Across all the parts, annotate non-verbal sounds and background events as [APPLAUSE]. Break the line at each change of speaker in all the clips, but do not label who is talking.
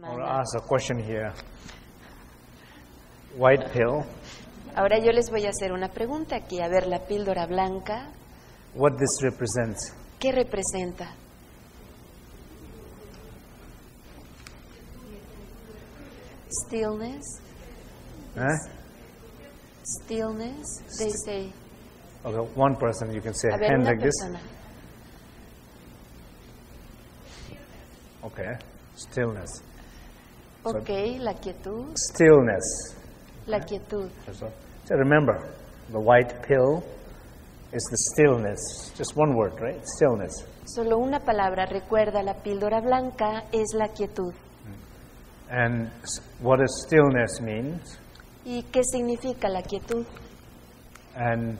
Mala.
I want to ask a question here. White pill,
Ahora yo les voy a hacer una pregunta aquí. A ver, la píldora blanca,
what this represents?
¿qué representa? Stillness,
Huh?
stillness, they say.
Okay, one person, you can say
A ver,
hand
una
like this.
persona.
Okay, stillness.
Ok, la quietud,
Stillness.
la quietud.
So so remember, the white pill is the stillness. Just one word, right? Stillness.
Solo una palabra, recuerda, la píldora blanca es la quietud.
And s- what does stillness mean?
¿Y qué significa la quietud?
And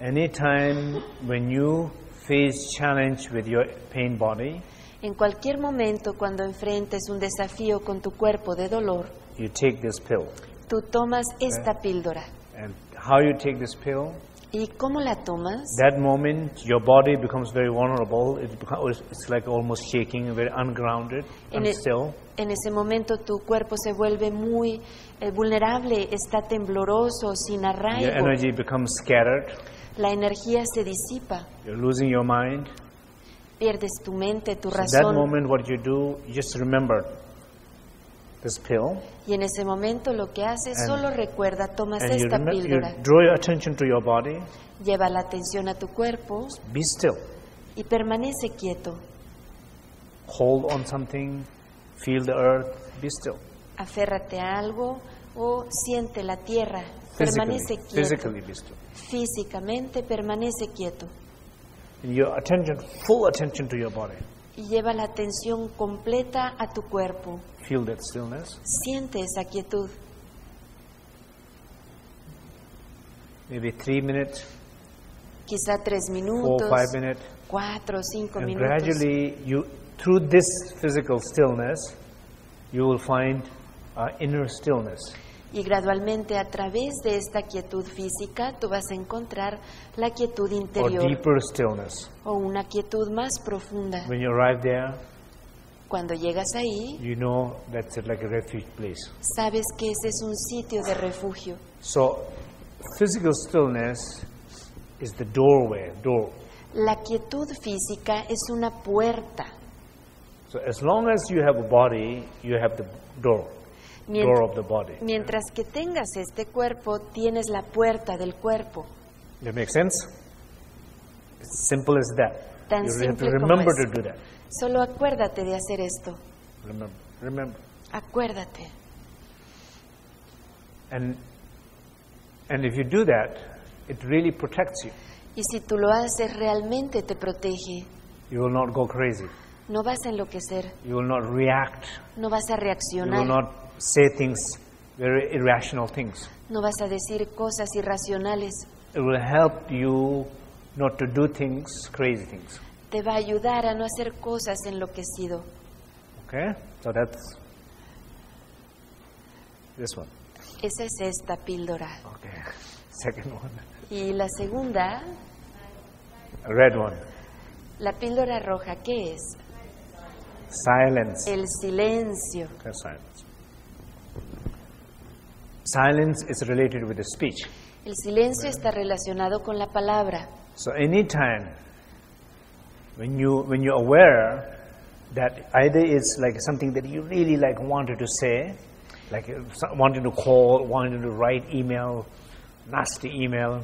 anytime when you face challenge with your pain body,
En cualquier momento cuando enfrentes un desafío con tu cuerpo de dolor,
you take this pill.
tú tomas esta píldora.
And how you take this pill,
¿Y cómo la tomas?
that moment your body becomes very vulnerable. It becomes, it's like almost shaking, very ungrounded,
En, e-
unstill.
en ese momento tu cuerpo se vuelve muy eh, vulnerable, está tembloroso, sin
Your
arraigo,
energy becomes scattered.
la energía se disipa,
You're losing your mind.
pierdes tu mente, tu
So that
razón
moment, what you do, you just remember this pill,
y en ese momento lo que haces
And-
solo recuerda, tomas
and you,
esta
remem- you
píldora,
draw your attention to your body.
lleva la atención a tu cuerpo
Be still.
y permanece quieto,
Hold on something. Feel the earth. Be still.
aférrate a algo o siente la tierra,
Physically,
permanece quieto,
physically be still.
físicamente permanece quieto
And your attention, full attention to your body.
y lleva la atención completa a tu cuerpo.
Feel that stillness.
Siente esa quietud.
Maybe three minutes,
Quizá tres
four,
minutos,
five minutes.
cuatro, cinco
And
minutos.
gradually, you through this physical stillness, you will find uh, inner stillness.
Y gradualmente a través de esta quietud física tú vas a encontrar la quietud
or
interior
deeper stillness.
o una quietud más profunda.
When you arrive there,
Cuando llegas ahí,
you know that's like a refuge place.
sabes que ese es un sitio de refugio.
So, physical stillness is the doorway, door.
La quietud física es una puerta.
So, as long as you have a body, you have the door,
Mient-
door of the body.
mientras que tengas este cuerpo, tienes la puerta del cuerpo.
That makes sense? It's simple as that.
Tan
you have to
simple como
remember
es.
to do that.
Solo acuérdate de hacer esto.
Remember, remember.
Acuérdate.
And, and if you do that, it really protects you.
Y si tú lo haces, realmente te protege.
You will not go crazy.
No vas a enloquecer,
You will not react
no vas a
You will
reaccionar,
not say things, very irrational things.
no vas a decir cosas irracionales.
It will help you not to do things, crazy things.
Te va a ayudar a no hacer cosas enloquecido.
Okay? So that's this one.
Esa es esta píldora.
Okay. [LAUGHS] Second one.
Y la segunda,
A red one.
la píldora roja, ¿qué es?
Silence.
El silencio.
Okay, silence. Silence is related with the speech.
El silencio está relacionado con la palabra.
So anytime when you when you're aware that either it's like something that you really like wanted to say, like uh, so- wanting to call, wanting to write email, nasty email,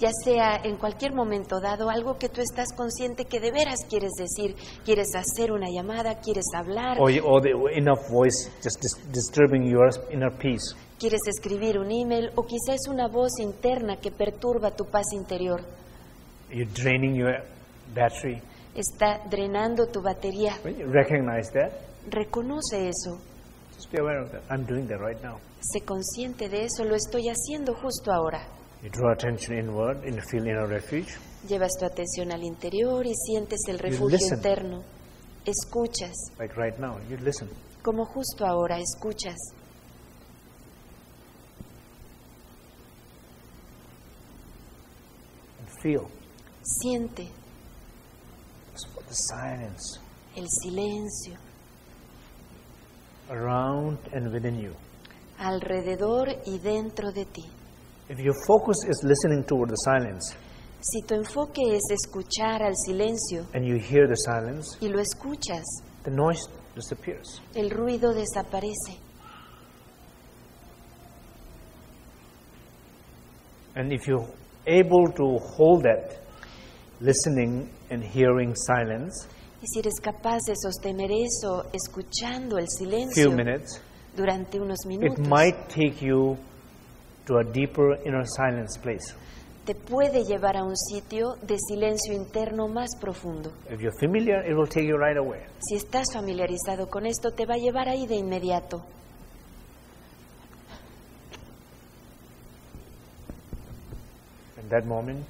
Ya sea en cualquier momento dado algo que tú estás consciente que de veras quieres decir, quieres hacer una llamada, quieres hablar,
or, you- or the enough voice just dis- disturbing your inner peace.
Quieres escribir un email o quizá es una voz interna que perturba tu paz interior.
You're draining your battery.
Está drenando tu batería.
When you recognize that,
Reconoce eso.
just be aware of that. I'm doing that right now.
Sé consciente de eso. Lo estoy haciendo justo ahora.
You draw attention inward and feel inner refuge.
Llevas tu atención al interior y sientes el refugio
listen.
interno. Escuchas,
Like right now, you listen.
como justo ahora escuchas.
and Feel.
Siente
It's about the silence.
el silencio.
around and within you.
alrededor y dentro de ti.
If your focus is listening toward the silence
Si tu enfoque es escuchar al silencio
and you hear the silence,
y lo escuchas,
the noise disappears.
el ruido desaparece.
And if you're able to hold that listening and hearing silence
Y si eres capaz de sostener eso escuchando el
few
silencio
minutes,
durante unos
it
minutos,
might take you to a deeper inner silence place.
te puede llevar a un sitio de silencio interno más profundo.
If you're familiar, it will take you right away.
Si estás familiarizado con esto, te va a llevar ahí de inmediato.
At that moment,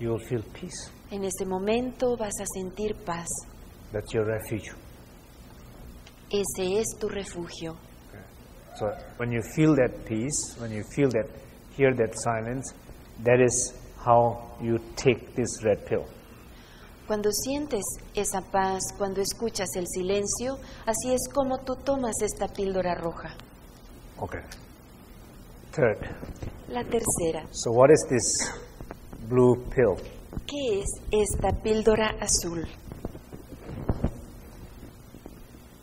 you will feel peace.
En ese momento vas a sentir paz.
That's your refuge.
Ese es tu refugio.
So when you feel that peace, when you feel that, hear that silence, that is how you take this red pill.
Cuando sientes esa paz, cuando escuchas el silencio, así es como tú tomas esta píldora roja.
Okay. Third.
La tercera,
So what is this blue pill?
¿qué es esta píldora azul?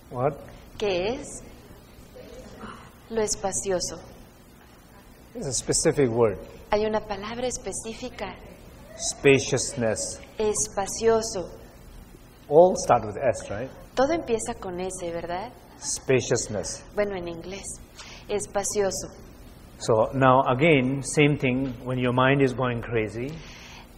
What?
¿Qué es? Lo espacioso.
It's a specific word.
Hay una palabra específica,
Spaciousness.
espacioso.
All start with S, right?
Todo empieza con S, ¿verdad?
Spaciousness.
Bueno, en inglés. Espacioso.
So now again, same thing. When your mind is going crazy,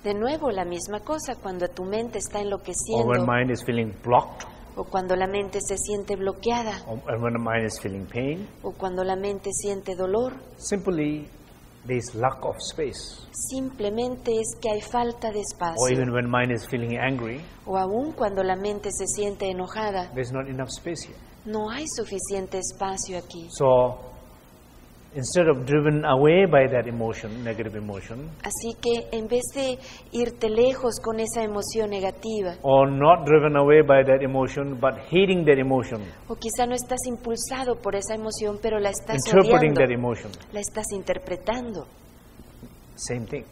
De nuevo, la misma cosa cuando tu mente está
or when
enloqueciendo
mind is feeling blocked,
o cuando la mente se siente bloqueada
or or when the mind is feeling pain,
o cuando la mente siente dolor.
simply there is lack of space.
Simplemente es que hay falta de
Or
espacio.
even when mind is feeling angry,
O aún cuando la mente se siente enojada,
there's not enough space here.
no hay suficiente espacio aquí.
So instead of driven away by that emotion, negative emotion,
Así que en vez de irte lejos con esa emoción negativa,
or not driven away by that emotion, but hating that emotion,
o quizá no estás impulsado por esa emoción, pero la estás
interpreting
odiando,
that emotion,
la estás interpretando,
same thing.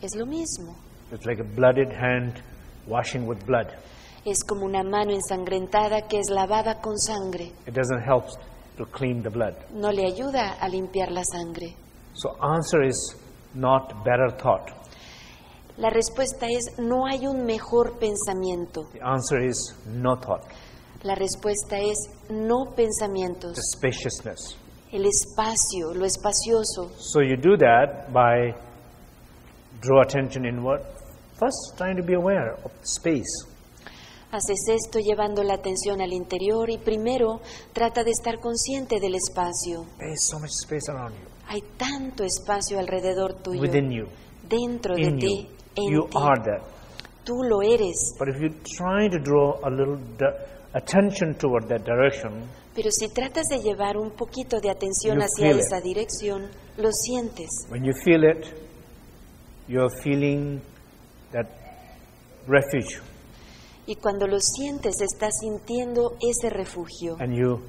es lo mismo.
It's like a blooded hand washing with blood.
Es como una mano ensangrentada que es lavada con sangre.
It doesn't help to clean the blood.
No le ayuda a limpiar la sangre.
So answer is not better thought.
La respuesta es no hay un mejor pensamiento.
The answer is no thought.
La respuesta es no
The
pensamientos,
spaciousness.
el espacio, lo espacioso.
So you do that by draw attention inward. First, trying to be aware of space.
Haces esto llevando la atención al interior y primero trata de estar consciente del espacio.
There is so much space around you,
Hay tanto espacio alrededor tuyo,
within you,
dentro de
in
ti,
you.
en
You
ti.
are that.
Tú lo eres.
But if you try to draw a little di- attention toward that direction,
Pero si tratas de llevar un poquito de atención
You
hacia
feel it.
esa dirección, lo sientes.
when you feel it, you're feeling that refuge
Y cuando lo sientes, estás sintiendo ese refugio
and you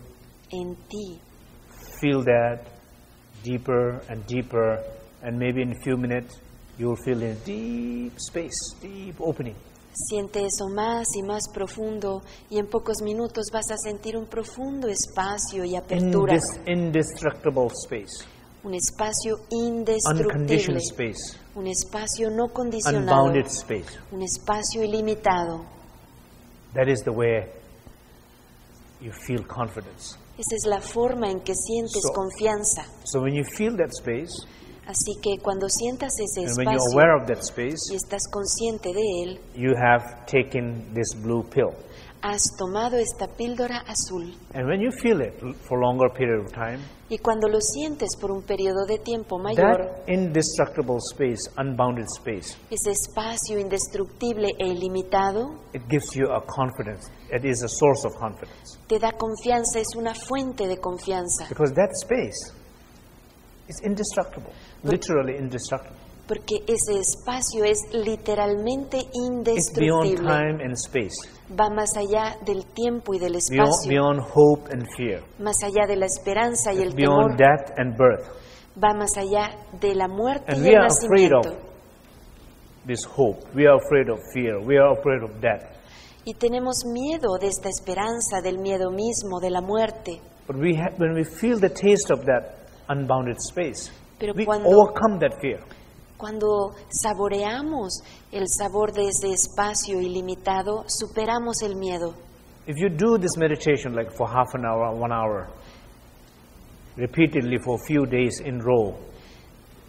en ti.
feel that deeper and deeper and maybe in a few minutes you'll feel a deep space, deep opening.
Siente eso más y más profundo y en pocos minutos vas a sentir un profundo espacio y apertura,
Indis- indestructible space,
un espacio indestructible,
unconditioned space,
un espacio no condicionado,
unbounded space.
un espacio ilimitado.
That is the way you feel confidence.
Esa es la forma en que sientes
So-
confianza.
So when you feel that space
Así que cuando sientas ese
and when you're
espacio
aware of that space,
y estás consciente de él,
you have taken this blue pill.
has tomado esta píldora azul.
And when you feel it l- for longer period of time,
Y cuando lo sientes por un periodo de tiempo mayor,
that indestructible space, unbounded space,
ese espacio indestructible e ilimitado
it gives you a confidence. It is a source of confidence.
te da confianza, es una fuente de confianza,
Because that space is indestructible, literally indestructible.
Porque ese espacio es literalmente
It's beyond
indestructible.
time and space,
Va más allá del tiempo y del
beyond,
espacio,
beyond hope and fear,
más allá de la esperanza y el temor,
beyond death and birth.
va más allá de la muerte
And
y
we
el
are afraid of
nacimiento.
this hope. We are afraid of fear. We are afraid of death.
Y tenemos miedo de esta esperanza, del miedo mismo, de la muerte.
But we ha- when we feel the taste of that unbounded space,
Pero
we
cuando-
overcome that fear.
Cuando saboreamos el sabor de ese espacio ilimitado, superamos el miedo.
If you do this meditation like for half an hour, one hour, repeatedly for a few days in row,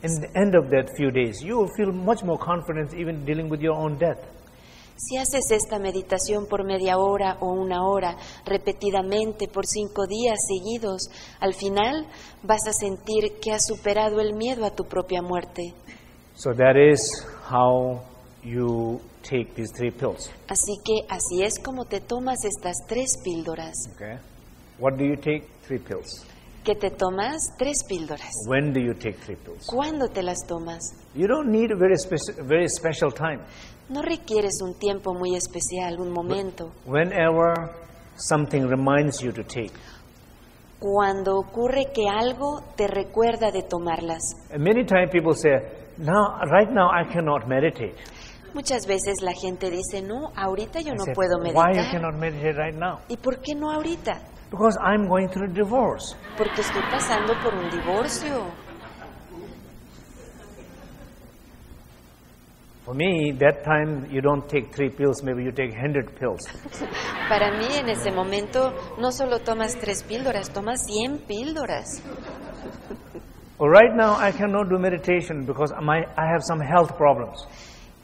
in the end of that few days, you will feel much more confidence even dealing with your own death.
Si haces esta meditación por media hora o una hora, repetidamente por cinco días seguidos, al final vas a sentir que has superado el miedo a tu propia muerte.
So that is how you take these three pills.
Así que así es como te tomas estas tres píldoras.
Okay. What do you take? Three pills.
¿Qué te tomas? Tres píldoras.
When do you take three pills?
¿Cuándo te las tomas?
You don't need a very, speci- very special time.
No requieres un tiempo muy especial, un momento.
Whenever something reminds you to take,
Cuando ocurre que algo te recuerda de tomarlas.
and many times people say, "Now, right now, I cannot meditate."
Muchas veces la gente dice, no, ahorita yo
I
no
said,
puedo
Why you
meditar.
cannot meditate right now?
¿Y por qué no ahorita?
Because I'm going through a divorce.
Porque estoy pasando por un divorcio.
For me, that time you don't take three pills, maybe you take hundred pills.
Para mí en ese momento no solo tomas tres píldoras, tomas 100 píldoras.
Or right now I cannot do meditation because my, I have some health problems.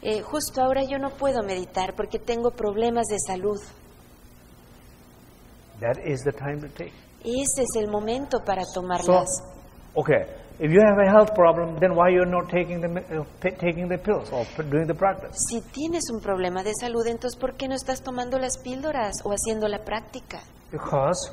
Eh, justo ahora yo no puedo meditar porque tengo problemas de salud.
That is the time to take.
Ese es el momento para
So,
tomarlas.
okay, if you have a health problem, then why you're not taking the me- uh, p- taking the pills or p- doing the practice?
Si tienes un problema de salud, entonces ¿por qué no estás tomando las píldoras o haciendo la práctica?
Because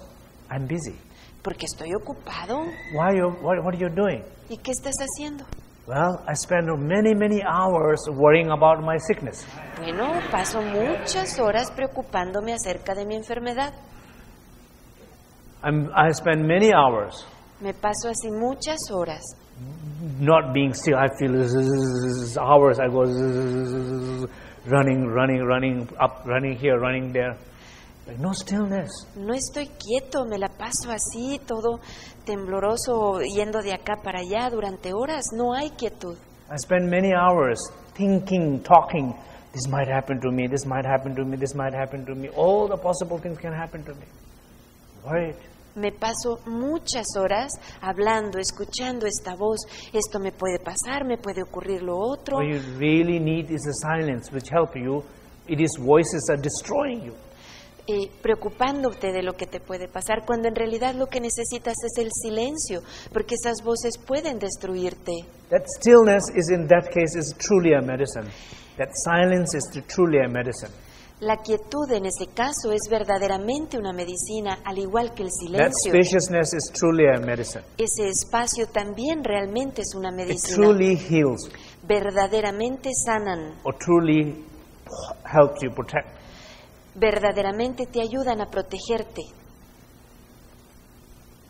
I'm busy.
Porque estoy ocupado.
Why you? What, what are you doing?
¿Y qué estás haciendo?
Well, I spend many many hours worrying about my sickness.
Bueno, paso muchas horas preocupándome acerca de mi enfermedad.
I'm, I spend many hours
Me paso así muchas horas.
not being still. I feel zzzz, hours. I go zzzz, running, running, running up, running here, running there. Like no stillness.
No estoy quieto, me la paso así, todo tembloroso, yendo de acá para allá durante horas. No hay quietud.
I spend many hours thinking, talking. This might happen to me. This might happen to me. This might happen to me. All the possible things can happen to me. Worried.
Me paso muchas horas hablando, escuchando esta voz. Esto me puede pasar, me puede ocurrir lo otro.
What you really need is the silence, which help you. It is voices are destroying you.
eh, preocupándote de lo que te puede pasar, cuando en realidad lo que necesitas es el silencio, porque esas voces pueden destruirte.
That stillness is, in that case, is truly a medicine. That silence is tr- truly a medicine.
La quietud en ese caso es verdaderamente una medicina, al igual que el
That
silencio.
spaciousness is truly a medicine.
Ese espacio también realmente es una
It
medicina.
truly heals
Verdaderamente sanan,
or truly helps you protect.
verdaderamente te ayudan a protegerte.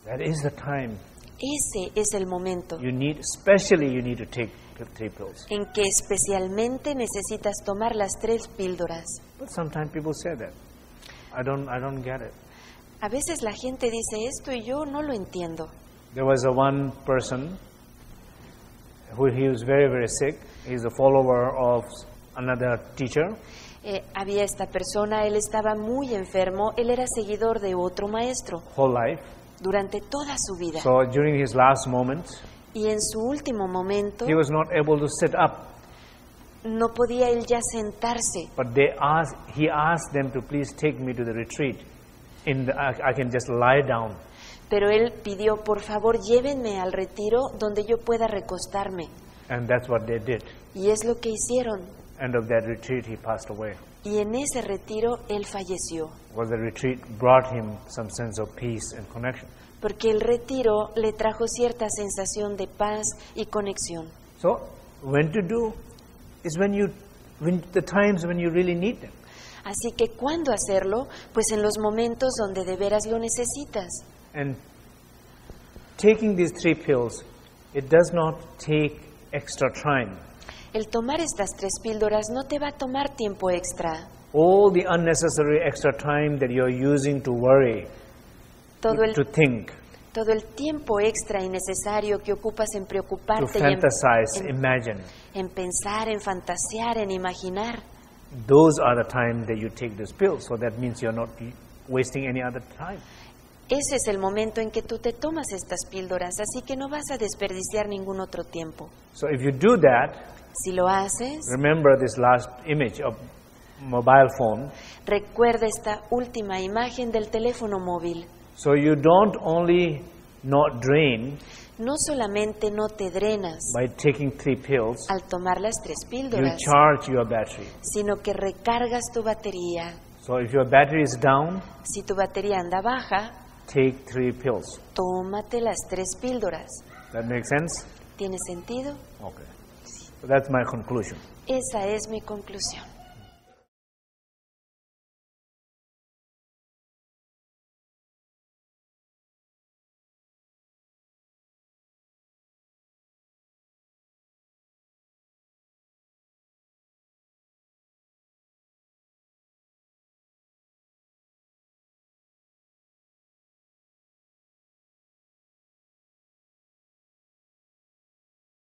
That is the time
Ese es el momento
you need, especially you need to take the three pills.
en que especialmente necesitas tomar las tres píldoras.
But sometimes people say that. I don't, I don't get it.
A veces la gente dice esto y yo no lo entiendo.
There was a one person who he was very, very sick. He's a follower of another teacher.
Eh, había esta persona, él estaba muy enfermo, él era seguidor de otro maestro
whole life.
durante toda su vida
So during his last moments,
y en su último momento
he was not able to sit up.
no podía él ya sentarse,
But they asked, he asked them to please take me to the retreat. In the, I, I can just lie down.
pero él pidió por favor llévenme al retiro donde yo pueda recostarme
And that's what they did.
y es lo que hicieron
End of that retreat, he passed away.
y en ese retiro él falleció
Because the retreat brought him some sense of peace and connection.
porque el retiro le trajo cierta sensación de paz y conexión.
So when to do is when you, when the times when you really need them.
Así que ¿cuándo hacerlo? Pues en los momentos donde de veras lo necesitas.
And taking these three pills, it does not take extra time.
El tomar estas tres píldoras no te va a tomar tiempo extra.
All the unnecessary extra time that you're using to worry,
Todo el,
to think,
todo el tiempo extra innecesario que ocupas en
to
preocuparte y en-
fantasize,
en-
imagine,
en pensar, en fantasear, en imaginar.
those are the time that you take this pill. So that means you're not wasting any other time.
Ese es el momento en que tú te tomas estas píldoras, así que no vas a desperdiciar ningún otro tiempo.
So if you do that,
Si lo haces,
remember this last image of mobile phone.
recuerda esta última imagen del teléfono móvil.
So you don't only not drain
No solamente no te drenas
by taking three pills,
al tomar las tres
you
píldoras,
charge your battery.
sino que recargas tu batería.
So if your battery is down,
Si tu batería anda baja,
take three pills.
tómate las tres píldoras.
That makes sense?
¿Tiene sentido?
Okay. So that's my conclusion.
Esa es mi conclusión.